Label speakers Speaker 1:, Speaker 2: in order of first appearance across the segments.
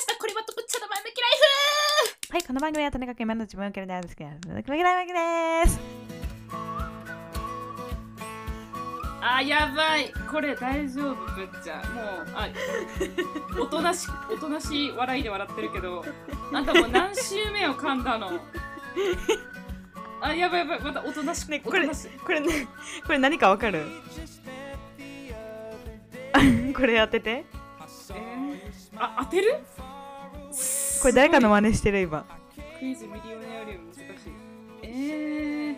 Speaker 1: したこれはとぶっちゃの前向きライ
Speaker 2: はい、この番組はとにかく今の自分を受ける大好きな鈴木まぎらまきです。
Speaker 1: フあやばいこれ大丈夫ぶっちゃもうあ おとなしおとなしい笑いで笑ってるけどあんたもう何週目を噛んだのあやばいやばいまたおとなしく、
Speaker 2: ね
Speaker 1: お
Speaker 2: ことれ
Speaker 1: なしい
Speaker 2: これね、これ何かわかる これやって
Speaker 1: え
Speaker 2: て。
Speaker 1: ーあ当てる
Speaker 2: これ誰かの真似してる今。
Speaker 1: クイズミリオネアリウム難しいえー、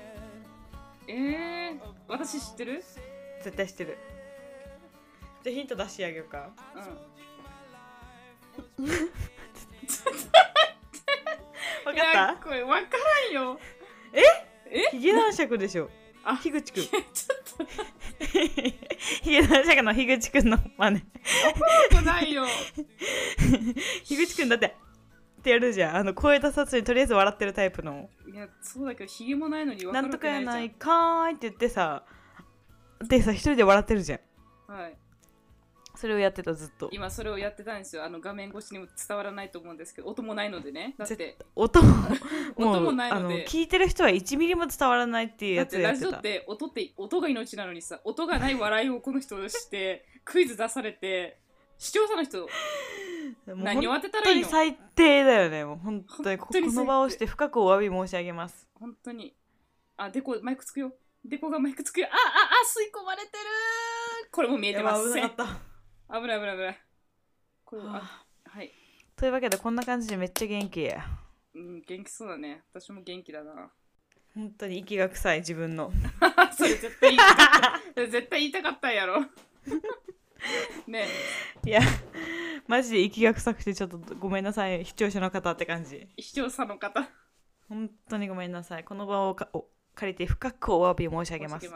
Speaker 1: えー、私知ってる
Speaker 2: 絶対してる。じゃあヒント出してあげようか。
Speaker 1: うん
Speaker 2: わかっ
Speaker 1: いや
Speaker 2: た
Speaker 1: これ分からんよ
Speaker 2: ヒゲ男爵でしょ。
Speaker 1: あ
Speaker 2: 樋口くん。
Speaker 1: ちょっと
Speaker 2: ヒゲ男爵の樋口くんの真似。
Speaker 1: 怖くない よ
Speaker 2: 樋口くんだって。ってやるじゃん。あの声出さずにとりあえず笑ってるタイプの。
Speaker 1: いやそうだけどひげもないのに分
Speaker 2: な
Speaker 1: かる
Speaker 2: ん
Speaker 1: わ
Speaker 2: と
Speaker 1: け
Speaker 2: か
Speaker 1: な
Speaker 2: や
Speaker 1: いじゃん
Speaker 2: ないかーいって言ってさ。でさ、一人で笑ってるじゃん。
Speaker 1: はい、
Speaker 2: それをやってたずっと。
Speaker 1: 今それをやってたんですよあの画面越しにも伝わらないと思うんですけど音もないのでねだって
Speaker 2: 音ももう
Speaker 1: 音もない
Speaker 2: あ
Speaker 1: の
Speaker 2: の
Speaker 1: で
Speaker 2: 聞いてる人は1ミリも伝わらないってい
Speaker 1: だ
Speaker 2: うや
Speaker 1: っ
Speaker 2: つ
Speaker 1: て
Speaker 2: や
Speaker 1: ラ
Speaker 2: って
Speaker 1: ジオったて音って音が命なのにさ音がない笑いをこの人してクイズ出されて視聴者の人
Speaker 2: もう
Speaker 1: 何を
Speaker 2: 本
Speaker 1: 当てたら
Speaker 2: 当
Speaker 1: いい
Speaker 2: に
Speaker 1: の
Speaker 2: 最低だよねもう本当にこ
Speaker 1: 本当に
Speaker 2: こ
Speaker 1: 最低
Speaker 2: の場をして深くお詫び申し上げます
Speaker 1: 本当にあデコマイクつくよデコがマイクつくよあああ吸い込まれてるこれも見えてません
Speaker 2: やば
Speaker 1: 危
Speaker 2: 危なかっ
Speaker 1: ない 危ない危ないこれ
Speaker 2: た
Speaker 1: あ
Speaker 2: はあ
Speaker 1: はい、
Speaker 2: というわけでこんな感じでめっちゃ元気や
Speaker 1: うん、元気そうだね私も元気だな
Speaker 2: 本当に息が臭い自 分の
Speaker 1: それ絶対言いたかった絶対言いたかったんやろ ね
Speaker 2: いやマジで息が臭くてちょっとごめんなさい視聴者の方って感じ
Speaker 1: 視聴者の方
Speaker 2: 本当にごめんなさいこの場をかお借りて深くお詫び申し上げます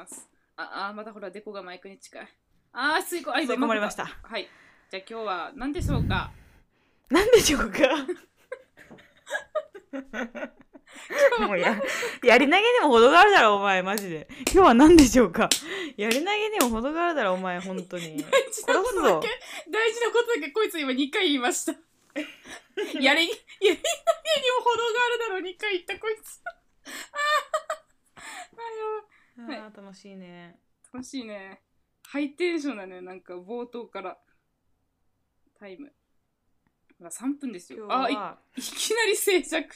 Speaker 1: ああまたほらデコがマイクに近いあー吸い込あ
Speaker 2: 吸い込まれました
Speaker 1: はいじゃあ今日は何でしょうか
Speaker 2: なんでしょう かもうややり投げにも程があるだろお前マジで今日は何でしょうかやり投げにも程があるだろお前本当に
Speaker 1: 大事なこ
Speaker 2: 殺す
Speaker 1: とだ
Speaker 2: ぞ
Speaker 1: け 大事なことだけこいつ今2回言いま したやれにやり投げにも程があるだろう2回言ったこいつあー
Speaker 2: あ
Speaker 1: はい
Speaker 2: ー楽しいね
Speaker 1: あーやばい楽しいねハイテンションだねなんか冒頭からタイムほら3分ですよ
Speaker 2: 今日
Speaker 1: あい
Speaker 2: は
Speaker 1: い きなり静寂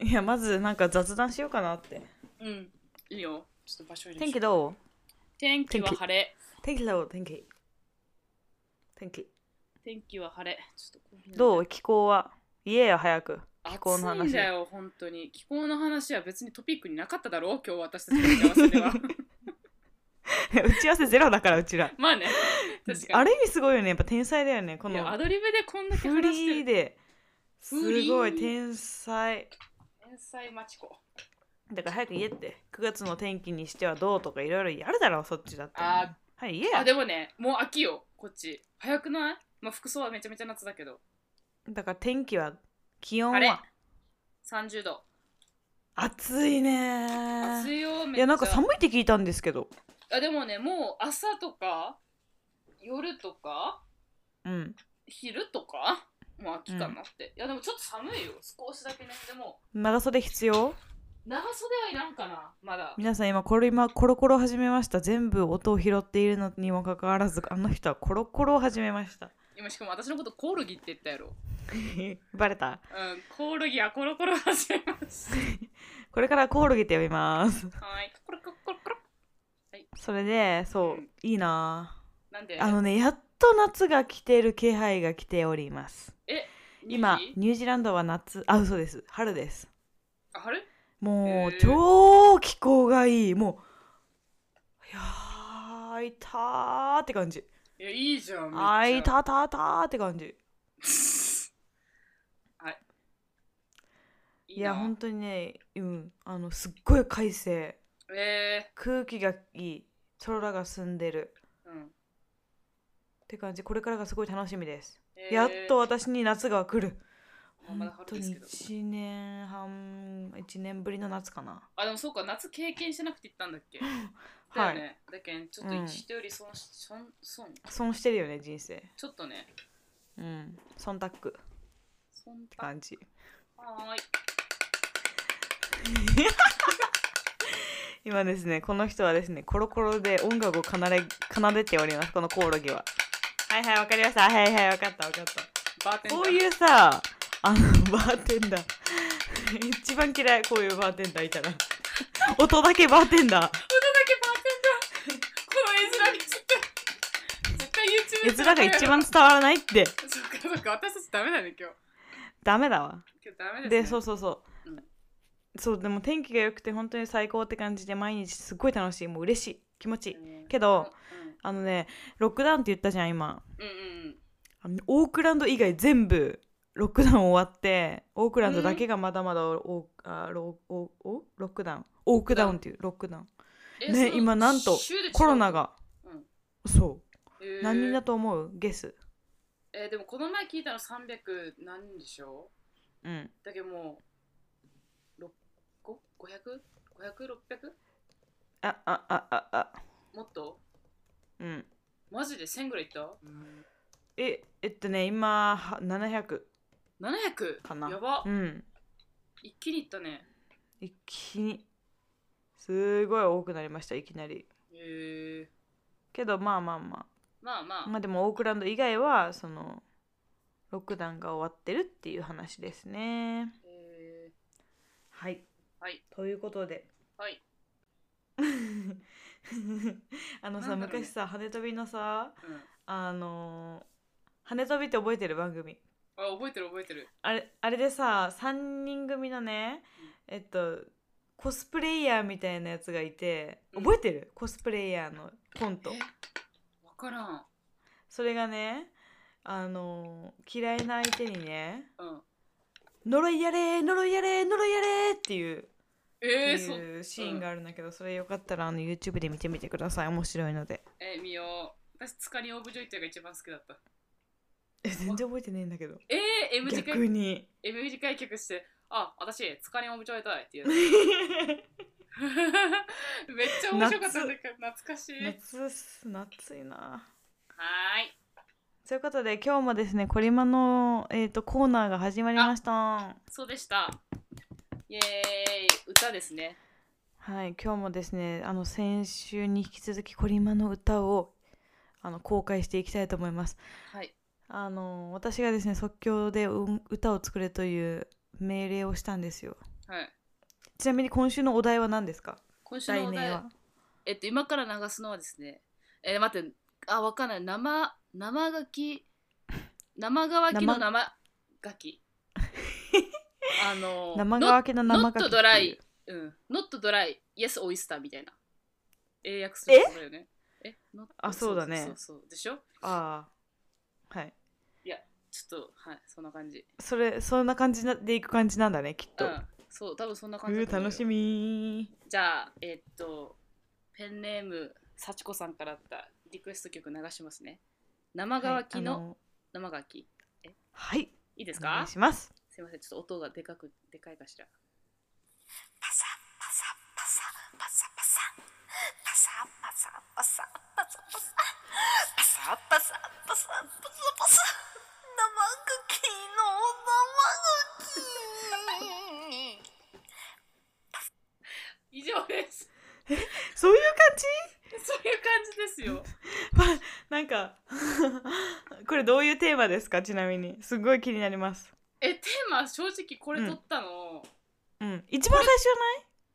Speaker 2: いやまずなんか雑談しようかなって
Speaker 1: うんいいよちょっと場所入れまし
Speaker 2: 天
Speaker 1: ょ
Speaker 2: 気
Speaker 1: う
Speaker 2: どう
Speaker 1: 天気は晴れ
Speaker 2: 天気どう天気天気
Speaker 1: 天気は晴れちょっとコーヒー飲んで
Speaker 2: どう気候は言えよ早 く
Speaker 1: 気
Speaker 2: 気候の話
Speaker 1: 暑いんだよ本当に気候の話は別にトピックになかっただろう今日私たちの打ち合わせで は
Speaker 2: 打ち合わせゼロだからうちら
Speaker 1: まあね確かに
Speaker 2: ある意味すごいよねやっぱ天才だよねこ
Speaker 1: い
Speaker 2: の
Speaker 1: やアドリブでこんだけ
Speaker 2: フ
Speaker 1: 話して
Speaker 2: リ
Speaker 1: る
Speaker 2: ーですごい
Speaker 1: フリー
Speaker 2: 天才
Speaker 1: 天才マチコ
Speaker 2: だから早く言えって9月の天気にしてはどうとかいろいろやるだろそっちだって
Speaker 1: あ
Speaker 2: はい言え
Speaker 1: あ
Speaker 2: や
Speaker 1: でもねもう秋よこっち早くないまあ服装はめちゃめちゃ夏だけど
Speaker 2: だから天気は気温
Speaker 1: あれ
Speaker 2: は
Speaker 1: 30度
Speaker 2: 暑いね
Speaker 1: 暑
Speaker 2: い
Speaker 1: いよめっちゃ
Speaker 2: やなんか寒いって聞いたんですけど
Speaker 1: あでもねもう朝とか夜とか
Speaker 2: うん
Speaker 1: 昼とかもう秋かなって、いやでもちょっと寒いよ少しだけねでも
Speaker 2: 長袖必要
Speaker 1: 長袖はいらんかなまだ
Speaker 2: 皆さん今これ今コロコロ始めました全部音を拾っているのにもかかわらずあの人はコロコロを始めました
Speaker 1: 今しかも私のことコオロギって言ったやろ。
Speaker 2: バレた
Speaker 1: うん、コオロギはコロコロ始めます。
Speaker 2: これからコオロギって呼びます
Speaker 1: はい、コロコロコロコロ。
Speaker 2: それでそう、
Speaker 1: うん
Speaker 2: いいなあ
Speaker 1: なんで
Speaker 2: あのねやっと夏が来てる気配が来ております今
Speaker 1: ニュージー
Speaker 2: ニュージーランドは夏あ嘘です春です
Speaker 1: あ春
Speaker 2: もう
Speaker 1: へー
Speaker 2: 超気候がいいもういやー開いたーって感じ
Speaker 1: いや、いいじゃん。めっちゃ
Speaker 2: 開い。たたたーって感じ
Speaker 1: い
Speaker 2: いや本
Speaker 1: 当。
Speaker 2: 当にねうんあのすっごい快晴
Speaker 1: え
Speaker 2: 空気がいい空が澄んでる
Speaker 1: ーうん
Speaker 2: って感じこれからがすごい楽しみです、
Speaker 1: えー
Speaker 2: やっと私に夏が来る
Speaker 1: まあまだ春
Speaker 2: 本当
Speaker 1: です
Speaker 2: に
Speaker 1: けど
Speaker 2: 1年半1年ぶりの夏かな
Speaker 1: あ、でもそうか、夏経験してなくて行ったんだっけ。
Speaker 2: は
Speaker 1: だよ
Speaker 2: い、
Speaker 1: ね。だけん、ちょっ
Speaker 2: うん
Speaker 1: と人より損し、損、損、
Speaker 2: 損してるよね人生
Speaker 1: ちょっとね。
Speaker 2: うん忖度って
Speaker 1: そんな
Speaker 2: 感じ
Speaker 1: はーい
Speaker 2: 今ですねこの人はですねコロコロで音楽を奏で奏でておりますこのコオロギははいはいわかりましたはいはいわかったわかった
Speaker 1: バーテンダー
Speaker 2: こういうさあのバーテンダー一番嫌いこういうバーテンダーいたら音だけバーテ
Speaker 1: 腕だけバーテ
Speaker 2: ンダ
Speaker 1: ンダーこの絵面にちっちゃい
Speaker 2: ー絵
Speaker 1: 絶対 YouTube
Speaker 2: 面が一番伝わらないって
Speaker 1: そっかそっか私たちダメだね今日
Speaker 2: ダメだわ
Speaker 1: 今日ダメです、ね、
Speaker 2: でそうそうそ
Speaker 1: う
Speaker 2: う、
Speaker 1: ん
Speaker 2: そうでも天気が良くて本当に最高って感じで毎日すっごい楽しいもう嬉しい気持ちいい
Speaker 1: うん
Speaker 2: けどあのねロックダウンって言ったじゃん今
Speaker 1: うんうんうん
Speaker 2: あのオークランド以外全部ロックダウン終わってオークランドだけがまだまだオーあロオオロックダウンオークダウンっていうロックダウン
Speaker 1: え
Speaker 2: ね
Speaker 1: そう
Speaker 2: 今なんと
Speaker 1: 週で違う
Speaker 2: コロナが、
Speaker 1: うん
Speaker 2: そう
Speaker 1: えー
Speaker 2: 何人だと思うゲス
Speaker 1: えーでもこの前聞いたの300何人でしょ
Speaker 2: うん
Speaker 1: だけどもう 500?500?600?
Speaker 2: あああああ
Speaker 1: もっと
Speaker 2: うん
Speaker 1: マジで1000ぐらいいった、
Speaker 2: ええっとね今は700
Speaker 1: ?700?
Speaker 2: かな
Speaker 1: やば、
Speaker 2: うん
Speaker 1: 一気にいったね
Speaker 2: 一気にすごい多くなりましたいきなり
Speaker 1: へえ
Speaker 2: けどまあまあま
Speaker 1: まあまあ、
Speaker 2: あまあでもオークランド以外はそのロックダウンが終わってるっていう話ですね
Speaker 1: え
Speaker 2: はい
Speaker 1: ーはい
Speaker 2: ということで
Speaker 1: はい
Speaker 2: あのさ、
Speaker 1: なんだろうね
Speaker 2: 昔さ羽飛びのさ
Speaker 1: うん
Speaker 2: あのー羽飛びって覚えてる番組
Speaker 1: あ覚えてる覚えてる
Speaker 2: あれあれでさ3人組のねえっとコスプレイヤーみたいなやつがいて
Speaker 1: うん
Speaker 2: 覚えてる、コスプレイヤーのコント
Speaker 1: えわからん
Speaker 2: それがねあのー嫌いな相手にね
Speaker 1: うん
Speaker 2: 「呪いやれ呪いやれ呪いやれ」っていう
Speaker 1: えー、
Speaker 2: って
Speaker 1: そ
Speaker 2: いうシーンがあるんだけど、それよかったらあの YouTube で見てみてください面白いので
Speaker 1: えー、見よう私つかりオブジョイトが一番好きだった
Speaker 2: え全然覚えてねえんだけど
Speaker 1: えー、M 字開
Speaker 2: 逆に
Speaker 1: M 字開脚してあ私つかりオブジョイトだっていう めっちゃ面白かったんだけど懐かしいはーい
Speaker 2: 夏っす夏いなということで今日もですねコリマの、えー、とコーナーが始まりました
Speaker 1: そうでしたイエーイ歌ですね
Speaker 2: はい今日もですねあの先週に引き続きコリマの歌をあの公開していきたいと思います
Speaker 1: はい
Speaker 2: あの私がですね即興で、うん歌を作れという命令をしたんですよ
Speaker 1: はい
Speaker 2: ちなみに今週のお題は何ですか
Speaker 1: 今週
Speaker 2: 題
Speaker 1: のお
Speaker 2: 名
Speaker 1: 題
Speaker 2: は
Speaker 1: えっと今から流すのはですねえー、待ってあわかんない生生ガキ生乾きの生ガ キあの
Speaker 2: 生乾きの生乾き
Speaker 1: not
Speaker 2: って
Speaker 1: dry
Speaker 2: いう
Speaker 1: うん。not dry, yes, oyster みたいな。英訳するとそうだよね。え not-
Speaker 2: あそうだ
Speaker 1: そ
Speaker 2: ね
Speaker 1: うそうそうでしょ
Speaker 2: ああはい
Speaker 1: ちょっと、はい、そんな感じ。
Speaker 2: それそんな感じなでいく感じなんだねきっ
Speaker 1: う
Speaker 2: と、
Speaker 1: ん。そう、多分そんな
Speaker 2: う
Speaker 1: 感じだ
Speaker 2: ー
Speaker 1: と思うよ
Speaker 2: 楽しみ
Speaker 1: じゃあ、えっと、ペンネーム、幸子さんからあったリクエスト曲流しますね。生乾き
Speaker 2: はいあ
Speaker 1: の生乾き。い
Speaker 2: はい
Speaker 1: いです
Speaker 2: お願
Speaker 1: か
Speaker 2: いします
Speaker 1: すいません、ちょっと音がでかく、でかいかしら。以上です。
Speaker 2: そういう感じ
Speaker 1: そういう感じですよ。
Speaker 2: なんか これどういうテーマですかちなみにすごい気になります
Speaker 1: え、テーマ、正直これ撮ったの、
Speaker 2: うん一番最初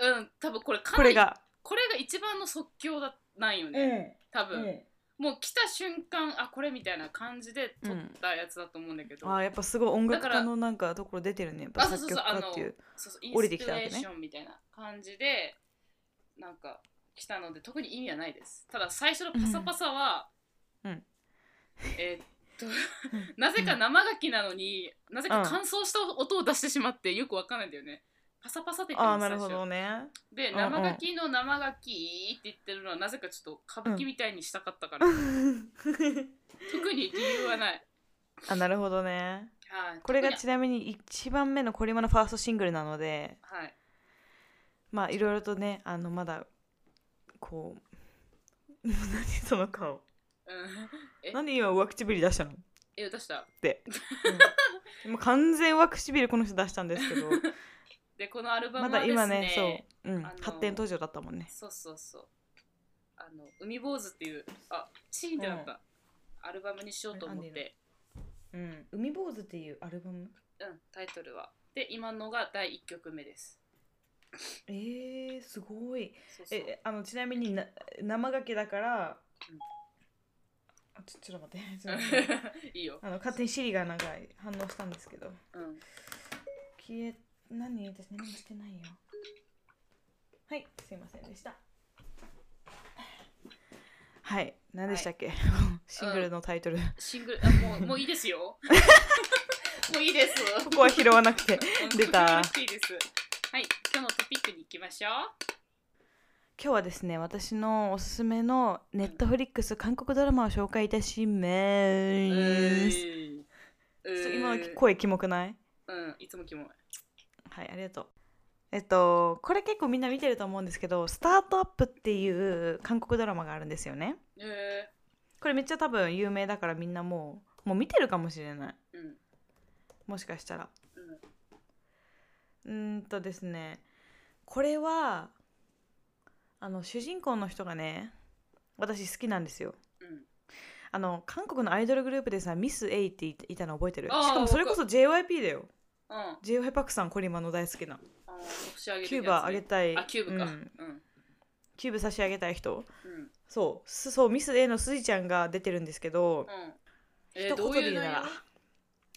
Speaker 2: じゃない
Speaker 1: うん、多分これか
Speaker 2: こ
Speaker 1: な
Speaker 2: れ
Speaker 1: り
Speaker 2: が
Speaker 1: これが一番の即興だなんよね、
Speaker 2: う
Speaker 1: 多分、もう来た瞬間あこれみたいな感じで撮ったやつだと思うんだけど、
Speaker 2: あーやっぱすごい音楽
Speaker 1: だか
Speaker 2: 家
Speaker 1: ら
Speaker 2: のなんかところ出てるねやっぱ
Speaker 1: あそうそ
Speaker 2: 作
Speaker 1: うそう
Speaker 2: 曲家っていう
Speaker 1: そうそうイ
Speaker 2: 降り
Speaker 1: ン
Speaker 2: て
Speaker 1: ス
Speaker 2: き
Speaker 1: ピ
Speaker 2: たわけ
Speaker 1: レ
Speaker 2: ね
Speaker 1: ーションみたいな感じでなんか来たので特に意味はないですただ最初のパサパサは、
Speaker 2: うんうん
Speaker 1: えーっとなぜか生ガキなのになぜか乾燥した音を出してしまってよくわかんないんだよねパサパサって言って
Speaker 2: ああ
Speaker 1: る
Speaker 2: ー
Speaker 1: の
Speaker 2: な
Speaker 1: 最初で
Speaker 2: るほどねうんうん
Speaker 1: 生ガキの生ガキって言ってるのはなぜかちょっと歌舞伎みたいにしたかったから、 特に理由はない。
Speaker 2: あなるほどね
Speaker 1: はい、
Speaker 2: これが
Speaker 1: 特に
Speaker 2: ちなみに1番目のコリマのファーストシングルなので
Speaker 1: はい、
Speaker 2: まあいろいろとねあのまだこう 何その顔
Speaker 1: うん、え
Speaker 2: なんで今上唇出したの
Speaker 1: え出した
Speaker 2: うんもう完全は唇この人出したんですけど
Speaker 1: でこのアルバ
Speaker 2: ま
Speaker 1: ムは
Speaker 2: だ
Speaker 1: ですね
Speaker 2: 今ねそう、うん
Speaker 1: あの、
Speaker 2: 発展途上だったもんね
Speaker 1: そうそうそうあの海坊主っていうあチーンってなった、アルバムにしようと思っ
Speaker 2: うんアンデ
Speaker 1: て
Speaker 2: うん海坊主っていうアルバム
Speaker 1: うんタイトルはで今のが第1曲目です
Speaker 2: えー、すごい
Speaker 1: そうそう
Speaker 2: えあのちなみにな生ガキだから、
Speaker 1: うん
Speaker 2: あちょちょっと待ってすいま せん
Speaker 1: いいよ、
Speaker 2: あの勝手にシリがなんか反応したんですけど
Speaker 1: うん、
Speaker 2: 消え何私何もしてないよはいすいませんでしたはい何でしたっけ、 シングルのタイトル、
Speaker 1: シングルあもうもういいです よもういいです
Speaker 2: ここは拾わなくて出た
Speaker 1: うんいいですはい今日のトピックに行きましょう
Speaker 2: 今日はですね私のおすすめのネットフリックス韓国ドラマを紹介いたします、ちょっと今の声キモくない
Speaker 1: うんいつもキモい
Speaker 2: はい、ありがとう。えっと、これ結構みんな見てると思うんですけど、スタートアップっていう韓国ドラマがあるんですよね。
Speaker 1: え
Speaker 2: これめっちゃ多分有名だからみんなもう、もう見てるかもしれない。
Speaker 1: ー、うん
Speaker 2: もしかしたら。うーんとですね、これは、あの、主人公の人がね、私好きなんですよ。
Speaker 1: うん
Speaker 2: あの、韓国のアイドルグループでさ、ミス A っていたの覚えてるし
Speaker 1: あー
Speaker 2: かもそれこそ JYP だよ。
Speaker 1: うんあ
Speaker 2: JY パクさん、コリマの大好きな。
Speaker 1: の星上げ
Speaker 2: キ
Speaker 1: て
Speaker 2: ュ
Speaker 1: るや
Speaker 2: ーバ
Speaker 1: つ
Speaker 2: あげ
Speaker 1: ね
Speaker 2: たい。
Speaker 1: あキューブか
Speaker 2: う
Speaker 1: うん
Speaker 2: んキューブ差し上げたい人
Speaker 1: うん
Speaker 2: そうすそうミス A のスイちゃんが出てるんですけど、
Speaker 1: うんえー
Speaker 2: 一
Speaker 1: ど
Speaker 2: 言
Speaker 1: う
Speaker 2: で
Speaker 1: いう
Speaker 2: 言うな
Speaker 1: 内
Speaker 2: ら
Speaker 1: 容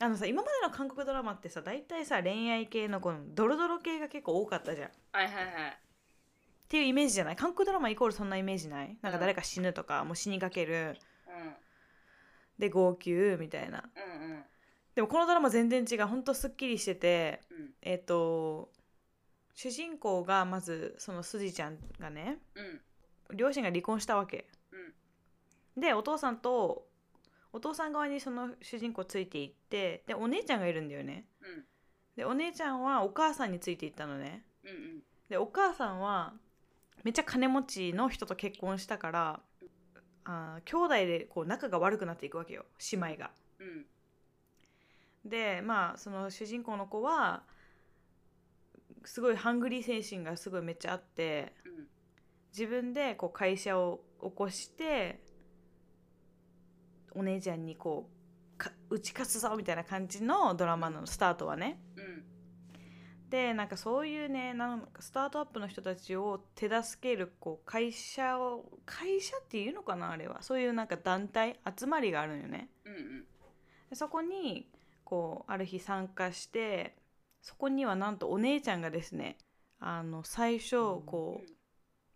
Speaker 2: あのさ今までの韓国ドラマってさ大体さ恋愛系のこのドロドロ系が結構多かったじゃんっ
Speaker 1: はいはいはい
Speaker 2: ていうイメージじゃない韓国ドラマイコールそんなイメージないなんか誰か死ぬとか、もう死にかけるで号泣みたいな
Speaker 1: うんうんうん
Speaker 2: でもこのドラマ全然違うほんとすっきりしてて
Speaker 1: うん
Speaker 2: えっ、と主人公がまずそのスジちゃんがね、
Speaker 1: うん
Speaker 2: 両親が離婚したわけ、でお父さんとお父さん側にその主人公ついていってでお姉ちゃんがいるんだよね
Speaker 1: うん
Speaker 2: でお姉ちゃんはお母さんについていったのね
Speaker 1: うん
Speaker 2: でお母さんはめっちゃ金持ちの人と結婚したからあー兄弟でこう仲が悪くなっていくわけよ姉妹が。
Speaker 1: うんうん
Speaker 2: でまあその主人公の子はすごいハングリー精神がすごいめっちゃあって
Speaker 1: うん
Speaker 2: 自分でこう会社を起こしてお姉ちゃんにこうか打ち勝つぞみたいな感じのドラマのスタートはね。
Speaker 1: うん
Speaker 2: でなんかそういうねなんかスタートアップの人たちを手助けるこう会社を会社っていうのかなあれはそういうなんか団体集まりがあるのよね。
Speaker 1: うんうん
Speaker 2: でそこにこうある日参加してそこにはなんとお姉ちゃんがですねあの最初こ
Speaker 1: う
Speaker 2: う、
Speaker 1: ん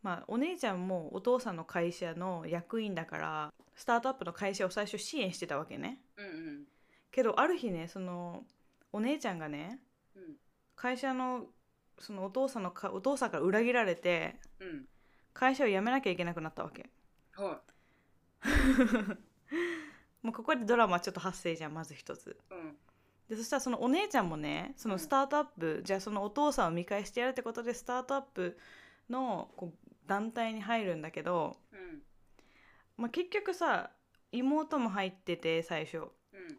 Speaker 2: まあ、お姉ちゃんもお父さんの会社の役員だからスタートアップの会社を最初支援してたわけね
Speaker 1: うん
Speaker 2: けどある日ねそのお姉ちゃんがね
Speaker 1: うん
Speaker 2: 会社のそのお父さんのかお父さんから裏切られて
Speaker 1: うん
Speaker 2: 会社を辞めなきゃいけなくなったわけ
Speaker 1: は
Speaker 2: もうここでドラマちょっと発生じゃんまず一つ
Speaker 1: いうん
Speaker 2: でそしたらそのお姉ちゃんもねそのスタートアップ、じゃあそのお父さんを見返してやるってことでスタートアップのこう団体に入るんだけど、
Speaker 1: うん
Speaker 2: まあ、結局さ妹も入ってて最初
Speaker 1: うん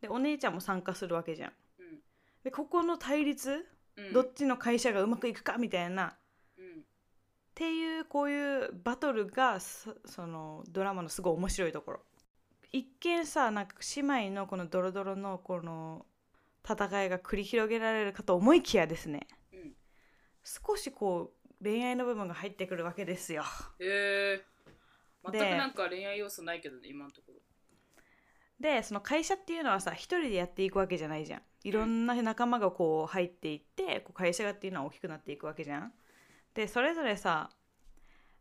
Speaker 2: でお姉ちゃんも参加するわけじゃん。
Speaker 1: うん
Speaker 2: でここの対立、
Speaker 1: うん
Speaker 2: どっちの会社がうまくいくかみたいなっ
Speaker 1: うん
Speaker 2: ていうこういうバトルがそそのドラマのすごい面白いところ。一見さなんか姉妹のこのドロドロのこの戦いが繰り広げられるかと思いきやですね
Speaker 1: うん
Speaker 2: 少しこう恋愛の部分が入ってくるわけですよ。
Speaker 1: えー
Speaker 2: で
Speaker 1: 全くなんか恋愛要素ないけどね今のところ
Speaker 2: でその会社っていうのはさ一人でやっていくわけじゃないじゃんいろんな仲間がこう入っていってこう会社がっていうのは大きくなっていくわけじゃんでそれぞれさ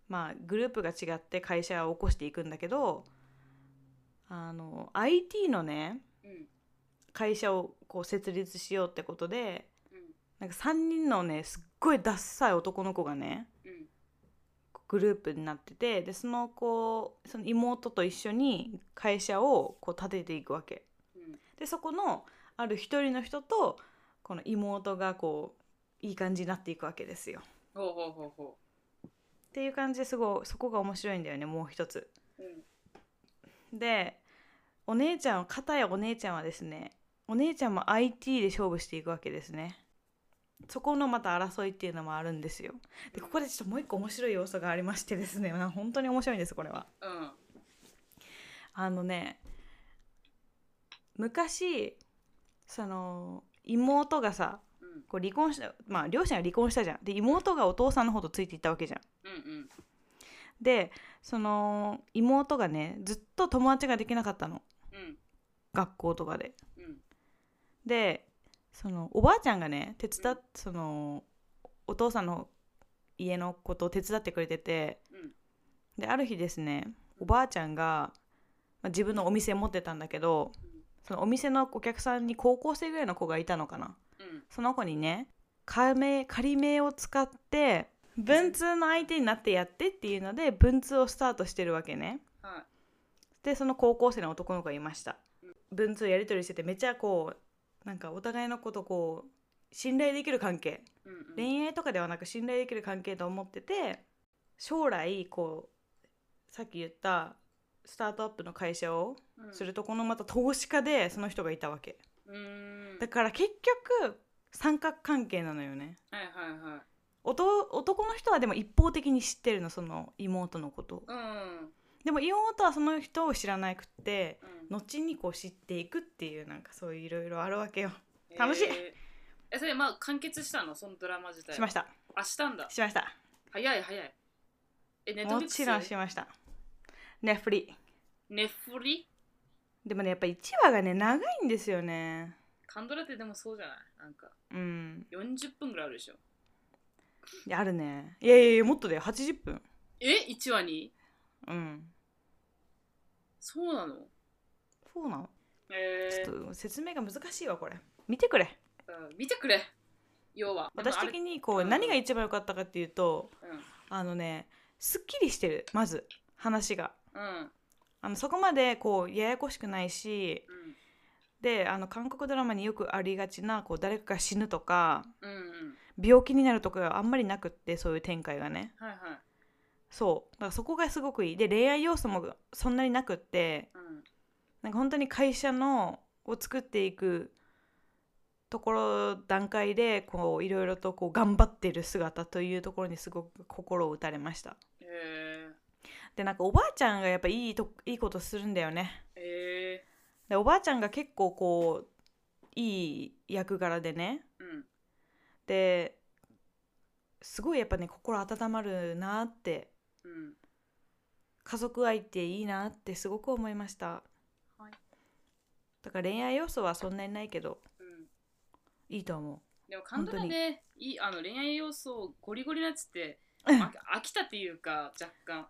Speaker 2: まあグループが違って会社を起こしていくんだけどあの IT のね
Speaker 1: うん
Speaker 2: 会社をこう設立しようってことで
Speaker 1: うん
Speaker 2: なんか3人のねすっごいダッサい男の子がね
Speaker 1: うん
Speaker 2: グループになっててでその子その妹と一緒に会社をこう立てていくわけ
Speaker 1: うん
Speaker 2: でそこのある一人の人とこの妹がこういい感じになっていくわけですよ。
Speaker 1: ほうほうほうほ
Speaker 2: っていう感じですごいそこが面白いんだよねもう一つ。
Speaker 1: ううん
Speaker 2: でお姉ちゃんは片やお姉ちゃんはですねお姉ちゃんも IT で勝負していくわけですねそこのまた争いっていうのもあるんですよでここでちょっともう一個面白い要素がありましてですね な本当に面白いんですこれは
Speaker 1: うん
Speaker 2: あのね昔その妹がさ
Speaker 1: うん
Speaker 2: こう離婚したまあ両親は離婚したじゃんで妹がお父さんの方とついていったわけじゃん
Speaker 1: うん
Speaker 2: でその妹がねずっと友達ができなかったの
Speaker 1: うん
Speaker 2: 学校とかで
Speaker 1: うん
Speaker 2: でそのおばあちゃんがね手伝っそのお父さんの家のことを手伝ってくれてて
Speaker 1: うん
Speaker 2: である日ですねおばあちゃんが、まあ自分のお店持ってたんだけどそのお店のお客さんに高校生ぐらいの子がいたのかな
Speaker 1: うん
Speaker 2: その子にね仮名仮名を使って文通の相手になってやってっていうので文通をスタートしてるわけね。
Speaker 1: は
Speaker 2: でその高校生の男の子がいました文通やり取りしててめっちゃこうなんかお互いのことこう信頼できる関係
Speaker 1: いうんうん
Speaker 2: 恋愛とかではなく信頼できる関係と思ってて将来こうさっき言ったスタートアップの会社を
Speaker 1: うん
Speaker 2: するとこのまた投資家でその人がいたわけ
Speaker 1: うーん
Speaker 2: だから結局三角関係なのよね
Speaker 1: はいはいはい
Speaker 2: 男男の人はでも一方的に知ってるのその妹のことを
Speaker 1: うん
Speaker 2: でも妹はその人を知らなくって
Speaker 1: うん
Speaker 2: 後にこう知っていくっていうなんかそういういろいろあるわけよ楽しい
Speaker 1: えーえそれまあ完結したのそのドラマ自体
Speaker 2: しましたた
Speaker 1: あしたんだ
Speaker 2: しました
Speaker 1: 早い早いえネット
Speaker 2: も
Speaker 1: フリック
Speaker 2: ちろん
Speaker 1: ス
Speaker 2: しましたねフリ
Speaker 1: ネフリ
Speaker 2: でもねやっぱ1話がね長いんですよね
Speaker 1: カンドラってでもそうじゃないなんか
Speaker 2: うん
Speaker 1: 40分ぐらいあるでしょ
Speaker 2: いやあるねいやいやいやもっとだよ80分
Speaker 1: え1話に
Speaker 2: うん
Speaker 1: そうなの
Speaker 2: そうなの
Speaker 1: えー
Speaker 2: ちょっと説明が難しいわこれ見てくれ
Speaker 1: うん見てくれ要はでも
Speaker 2: 私
Speaker 1: あれ
Speaker 2: 的にこ
Speaker 1: う
Speaker 2: うん何が一番良かったかっていうと
Speaker 1: う
Speaker 2: あのねすっきりしてるまず話が
Speaker 1: んうん
Speaker 2: あのそこまでこうややこしくないし
Speaker 1: うん
Speaker 2: であの韓国ドラマによくありがちなこう誰かが死ぬとか
Speaker 1: うんうん
Speaker 2: 病気になるとかがあんまりなくってそういう展開がね
Speaker 1: はいはい
Speaker 2: そうだからそこがすごくいいで恋愛要素もそんなになくって
Speaker 1: うん
Speaker 2: なんか本当に会社のを作っていくところ段階でこういろいろとこう頑張ってる姿というところにすごく心を打たれました
Speaker 1: え
Speaker 2: でなんかおばあちゃんがやっぱいいといいことするんだよね
Speaker 1: ー、え
Speaker 2: でおばあちゃんが結構こういい役柄でね
Speaker 1: ー、うん
Speaker 2: ですごいやっぱね心温まるなって
Speaker 1: うん
Speaker 2: 家族愛っていいなってすごく思いました、
Speaker 1: はい
Speaker 2: だから恋愛要素はそんなにないけど
Speaker 1: うん
Speaker 2: いいと思
Speaker 1: でもカンドラ
Speaker 2: 本
Speaker 1: ねいいあの恋愛要素ゴリゴリのやつってあ飽きたっていうか若干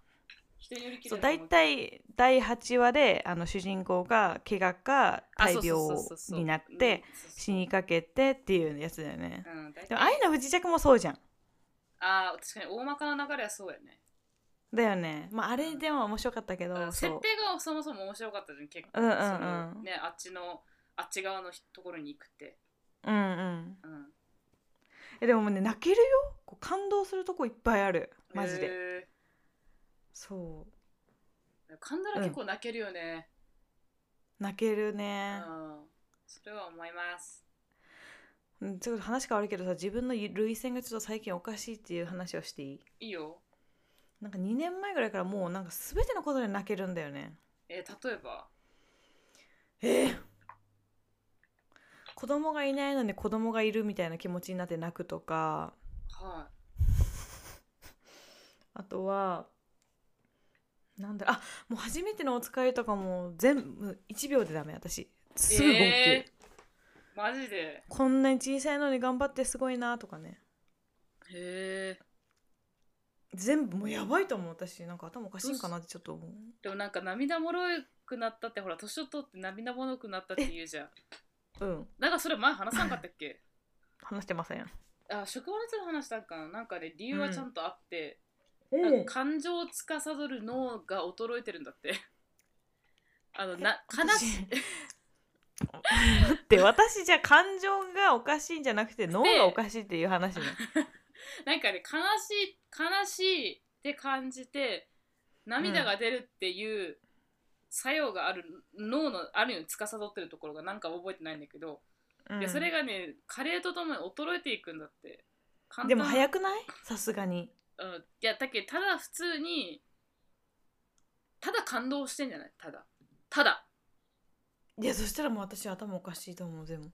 Speaker 1: 人により
Speaker 2: う
Speaker 1: き
Speaker 2: そう
Speaker 1: れ
Speaker 2: 大体第8話であの主人公が怪我か大病になって死にかけてっていうやつだよね
Speaker 1: う、ん、大
Speaker 2: で
Speaker 1: 体
Speaker 2: も愛の不時着もそうじゃん
Speaker 1: ああ確かに大まかな流れはそうやね
Speaker 2: だよねまああれでも面白かったけど、
Speaker 1: うん
Speaker 2: そ
Speaker 1: 設
Speaker 2: う
Speaker 1: 定がそもそも面白かったじゃん結構、
Speaker 2: うんうんうん
Speaker 1: そのねあっちのあっち側のところに行くって
Speaker 2: うんうん
Speaker 1: うん
Speaker 2: えでもね泣けるよこう感動するとこいっぱいあるマジで、
Speaker 1: え
Speaker 2: そう
Speaker 1: ーカンドラ結構泣けるよね、
Speaker 2: 泣ける
Speaker 1: う
Speaker 2: ね、
Speaker 1: んそれは思います
Speaker 2: うん、ちょっと話変わるけどさ自分の涙腺がちょっと最近おかしいっていう話をしていい
Speaker 1: いいよ
Speaker 2: なんか2年前ぐらいからもうなんか全てのことで泣けるんだよね
Speaker 1: えー、例えば
Speaker 2: えー子供がいないのに子供がいるみたいな気持ちになって泣くとか
Speaker 1: は
Speaker 2: あとはなんだろうあもう初めてのお使いとかも全部1秒でダメ私すぐ号泣、
Speaker 1: えいマジで
Speaker 2: こんなに小さいのに頑張ってすごいなとかね
Speaker 1: へえ
Speaker 2: 全部もうやばいと思う私なんか頭おかしいんかなってちょっと思う
Speaker 1: でもなんか涙もろくなったってほら年を取って涙もろくなったって言うじゃん
Speaker 2: うん
Speaker 1: なんかそれ前話さんかったっけ
Speaker 2: 話してません
Speaker 1: あ職場の人の話したんかななんかね理由はちゃんとあって、
Speaker 2: う
Speaker 1: なんか感情を司る脳が衰えてるんだって あのな悲しい
Speaker 2: 待って私じゃあ感情がおかしいんじゃなくて脳がおかしいっていう話ね
Speaker 1: なんかね悲しい悲しいって感じて涙が出るっていう、作用がある脳のあるように司ってるところがなんか覚えてないんだけど、
Speaker 2: うん
Speaker 1: いやそれがね加齢とともに衰えていくんだって簡単
Speaker 2: でも早くないさすがに
Speaker 1: うん、いやだけどただ普通にただ感動してんじゃないただただ
Speaker 2: いやそしたらもう私頭おかしいと思うでも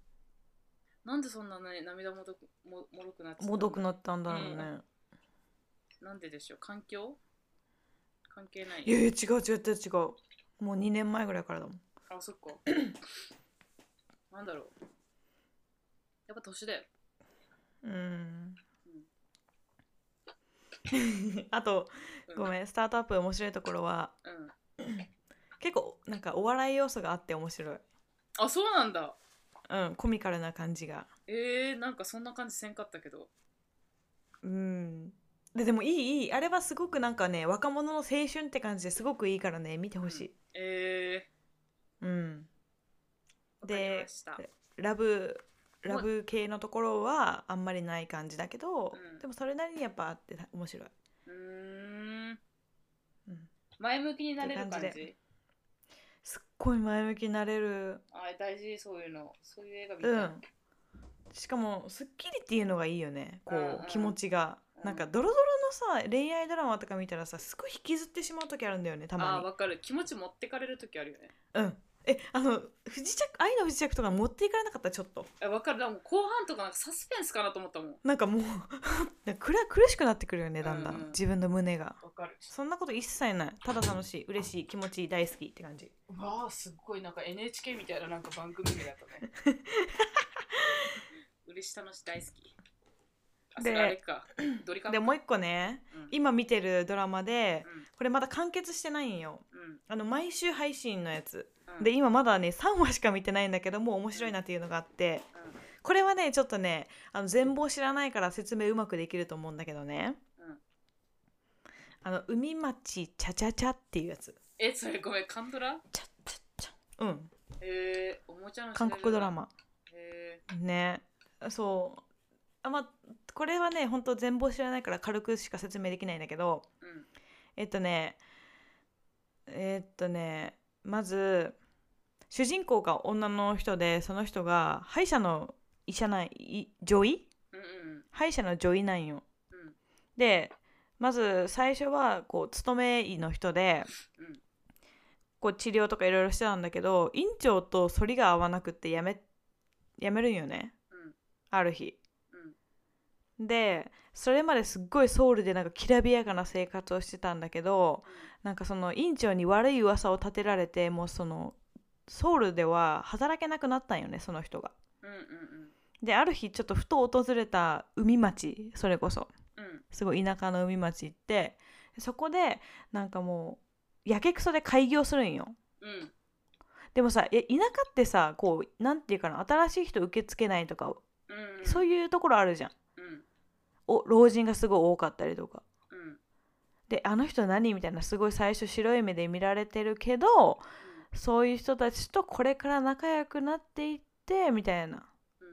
Speaker 1: なんでそんなね涙もどくももろくなっちゃったの
Speaker 2: もどくなったんだろうね、
Speaker 1: なんででしょう環境関係ない
Speaker 2: いやいや違う違う違う違うもう2年前ぐらいからだもん
Speaker 1: あそっか なんだろうやっぱ年だよ
Speaker 2: うーん あと
Speaker 1: うん
Speaker 2: ごめんスタートアップ面白いところは
Speaker 1: うん
Speaker 2: 結構なんかお笑い要素があって面白い
Speaker 1: あそうなんだ
Speaker 2: うんコミカルな感じが
Speaker 1: えー、なんかそんな感じせんかったけど
Speaker 2: うんででもいいいいあれはすごくなんかね若者の青春って感じですごくいいからね見てほし
Speaker 1: え
Speaker 2: いうん
Speaker 1: ー、わかり
Speaker 2: で
Speaker 1: ました
Speaker 2: ラブラブ系のところはあんまりない感じだけど、
Speaker 1: うん
Speaker 2: でもそれなりにやっぱあって面白い、
Speaker 1: うーん
Speaker 2: うん、
Speaker 1: 前向きになれる
Speaker 2: って
Speaker 1: 感
Speaker 2: 感じで
Speaker 1: じ
Speaker 2: すっごい前向きになれる
Speaker 1: あ大事そういうのそういう映画見たい、
Speaker 2: うんしかもすっきりっていうのがいいよねこう、
Speaker 1: うんうん
Speaker 2: 気持ちが、
Speaker 1: うん
Speaker 2: なんかドロドロのさ恋愛ドラマとか見たらさすごい引きずってしまう時あるんだよねた
Speaker 1: あー
Speaker 2: ま
Speaker 1: わかる気持ち持ってかれる時あるよね
Speaker 2: にうんえあの不時着愛の不時着とか持っていかれなかったちょっと
Speaker 1: あわかるでも後半とかなんかサスペンスかなと思ったもん
Speaker 2: なんかもう なんか暗苦しくなってくるよねだんだん、
Speaker 1: うんうん
Speaker 2: 自分の胸が
Speaker 1: わかる
Speaker 2: そんなこと一切ないただ楽しい嬉しい気持ちいい大好きって感じ
Speaker 1: わあすっごいなんか NHK みたいななんか番組名だったね 嬉し楽し大好きあそれ
Speaker 2: で
Speaker 1: あれ かドリカム
Speaker 2: でもう一個ね
Speaker 1: うん
Speaker 2: 今見てるドラマで
Speaker 1: うん
Speaker 2: これまだ完結してないんよ
Speaker 1: うん
Speaker 2: あの毎週配信のやつ
Speaker 1: うん
Speaker 2: で今まだね3話しか見てないんだけどもう面白いなっていうのがあってこれはねちょっとねあの全貌知らないから説明うまくできると思うんだけどね
Speaker 1: うん
Speaker 2: あの海町チャチャチャっていうやつ
Speaker 1: えそれごめんカンドラ
Speaker 2: チャチャチャうん
Speaker 1: えー、おもちゃの
Speaker 2: 韓国ドラ
Speaker 1: マ
Speaker 2: マ
Speaker 1: え
Speaker 2: ねそうあまあこれはね本当全貌知らないから軽くしか説明できないんだけど
Speaker 1: ー、うん
Speaker 2: えっとねえっとねまず主人公が女の人でその人が歯医者の医者ないい女医
Speaker 1: うんうん
Speaker 2: 歯医者の女医なんよ。
Speaker 1: うん
Speaker 2: でまず最初はこう勤め医の人で、
Speaker 1: うん
Speaker 2: こう治療とかいろいろしてたんだけど院長と反りが合わなくってやめやめるんよね
Speaker 1: うん
Speaker 2: ある日。
Speaker 1: うん
Speaker 2: でそれまですっごいソウルでなんかきらびやかな生活をしてたんだけど、なんかその院長に悪い噂を立てられてもうそのソウルでは働けなくなったんよねその人が。
Speaker 1: うんうん
Speaker 2: である日ちょっとふと訪れた海町それこそ
Speaker 1: うんうん
Speaker 2: すごい田舎の海町行ってそこでなんかもうやけくそで開業するんよ。
Speaker 1: うん
Speaker 2: でもさいや田舎ってさこうなんていうかな新しい人受け付けないとか
Speaker 1: うんうん
Speaker 2: そういうところあるじゃん。
Speaker 1: うん
Speaker 2: お老人がすごい多かったりとか。
Speaker 1: うん
Speaker 2: であの人何みたいなすごい最初白い目で見られてるけどそういう人たちとこれから仲良くなっていってみたいな
Speaker 1: うん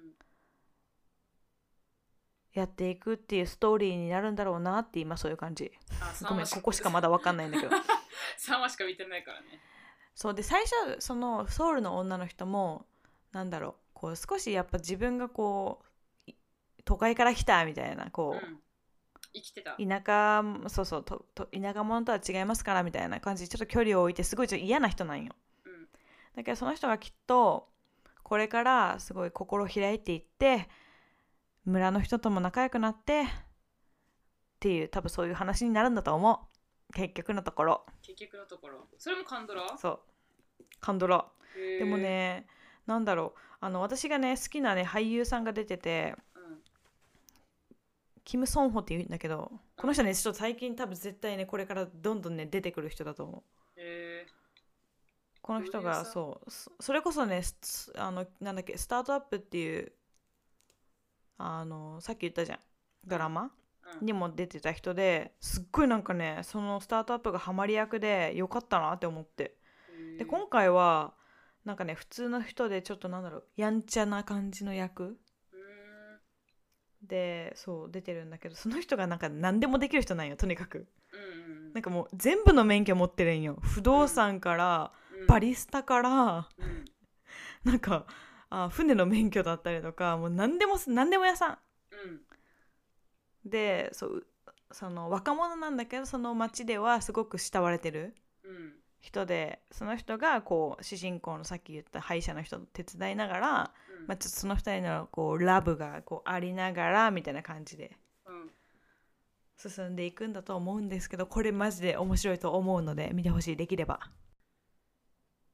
Speaker 2: やっていくっていうストーリーになるんだろうなって今そういう感じ
Speaker 1: あ
Speaker 2: ごめんここしかまだ分かんないんだけど
Speaker 1: 3話しか見てないからね
Speaker 2: そうで最初そのソウルの女の人もなんだろうこう少しやっぱ自分がこうい都会から来たみたいなこう、
Speaker 1: ん、生きてた
Speaker 2: 田舎そうそうとと田舎者とは違いますからみたいな感じでちょっと距離を置いてすごいちょっと嫌な人なんよ
Speaker 1: うん
Speaker 2: だけどその人がきっとこれからすごい心を開いていって村の人とも仲良くなってっていう多分そういう話になるんだと思う結局のところ
Speaker 1: 結局のところそれもカンドラ
Speaker 2: そうカンドラ
Speaker 1: で
Speaker 2: でも、ねなんだろうあの私がね好きなね俳優さんが出てて
Speaker 1: うん、
Speaker 2: キム・ソンホって言うんだけどこの人ねちょっと最近多分絶対ねこれからどんどんね出てくる人だと思う
Speaker 1: え
Speaker 2: この人
Speaker 1: どういう
Speaker 2: が
Speaker 1: さ
Speaker 2: そうそそれこそねすあのなんだっけスタートアップっていうあのさっき言ったじゃんドラマ
Speaker 1: ーうん、
Speaker 2: にも出てた人ですっごいなんかねそのスタートアップがハマり役でよかったなって思ってで
Speaker 1: 今
Speaker 2: 今回はなんかね普通の人でちょっとなんだろうやんちゃな感じの役でそう出てるんだけどその人がなんか何でもできる人なんよとにかく
Speaker 1: うんうんうん
Speaker 2: なんかもう全部の免許持ってるんよ不動産から、
Speaker 1: う
Speaker 2: バ
Speaker 1: リ
Speaker 2: リスタからなんかあ船の免許だったりとかもう何でもす何でも屋さん
Speaker 1: うん
Speaker 2: でそうその若者なんだけどその町ではすごく慕われてる
Speaker 1: うん
Speaker 2: 人でその人がこう主人公のさっき言った歯医者の人と手伝いながら、
Speaker 1: うん
Speaker 2: まあ、ちょっとその二人のこうラブがこうありながらみたいな感じで
Speaker 1: うん
Speaker 2: 進んでいくんだと思うんですけどこれマジで面白いと思うので見てほしいできれば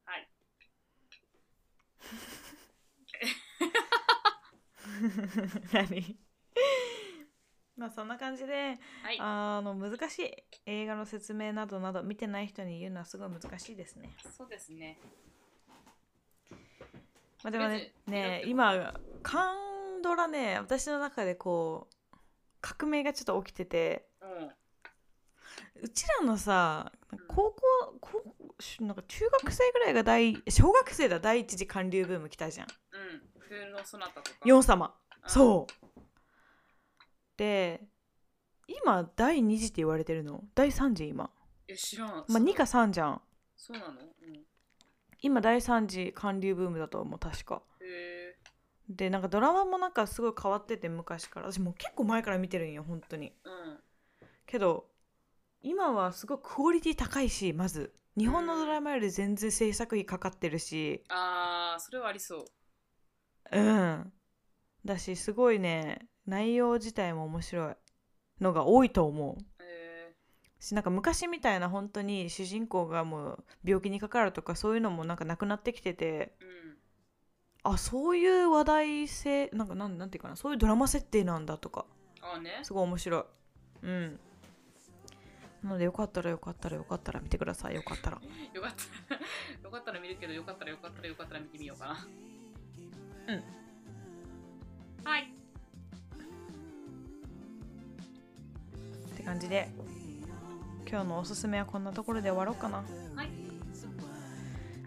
Speaker 1: はい
Speaker 2: 何 まあそんな感じで
Speaker 1: はい
Speaker 2: あの難しい映画の説明などなど見てない人に言うのはすごい難しいですね。
Speaker 1: そうですね
Speaker 2: まあ、でもね
Speaker 1: とりあえ
Speaker 2: ね
Speaker 1: ず
Speaker 2: 今カンドラね私の中でこう革命がちょっと起きてて
Speaker 1: うん
Speaker 2: うちらのさ高校高校なんか中学生ぐらいが第小学生だ第一次韓流ブーム来たじゃん
Speaker 1: うん冬のそなたとか
Speaker 2: ヨン様
Speaker 1: うん
Speaker 2: そうで今第二次って言われてるの第三次今、
Speaker 1: え知らん
Speaker 2: まあ、2か3じゃん
Speaker 1: そうなのうんへ
Speaker 2: 今第三次韓流ブームだと思う確か
Speaker 1: え
Speaker 2: でなんかドラマもなんかすごい変わってて昔から私もう結構前から見てるんよ本当に
Speaker 1: うん
Speaker 2: けど今はすごいクオリティ高いしまず日本のドラマより全然制作費かかってるし
Speaker 1: あーそれはありそう
Speaker 2: うんだしすごいね内容自体も面白いのが多いと思う
Speaker 1: へえ
Speaker 2: しなんか昔みたいな本当に主人公がもう病気にかかるとかそういうのもなんかなくなってきてて
Speaker 1: うん
Speaker 2: あそういう話題性なんかなんなんていうかなそういうドラマ設定なんだとか
Speaker 1: あーね
Speaker 2: すごい面白いうんなのでよかったらよかったらよかったら見てくださいよかったら
Speaker 1: よかったらよかった ら見るけどよかったらよかったらよかったら見てみようかな
Speaker 2: うん
Speaker 1: はい
Speaker 2: って感じで今日のおすすめはこんなところで終わろうかな
Speaker 1: はい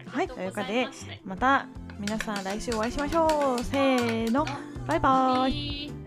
Speaker 2: はい
Speaker 1: あ
Speaker 2: と
Speaker 1: りがとう
Speaker 2: いうか
Speaker 1: ござ
Speaker 2: で
Speaker 1: ました
Speaker 2: また皆さん来週お会いしましょうせーのバイバーイ
Speaker 1: ピー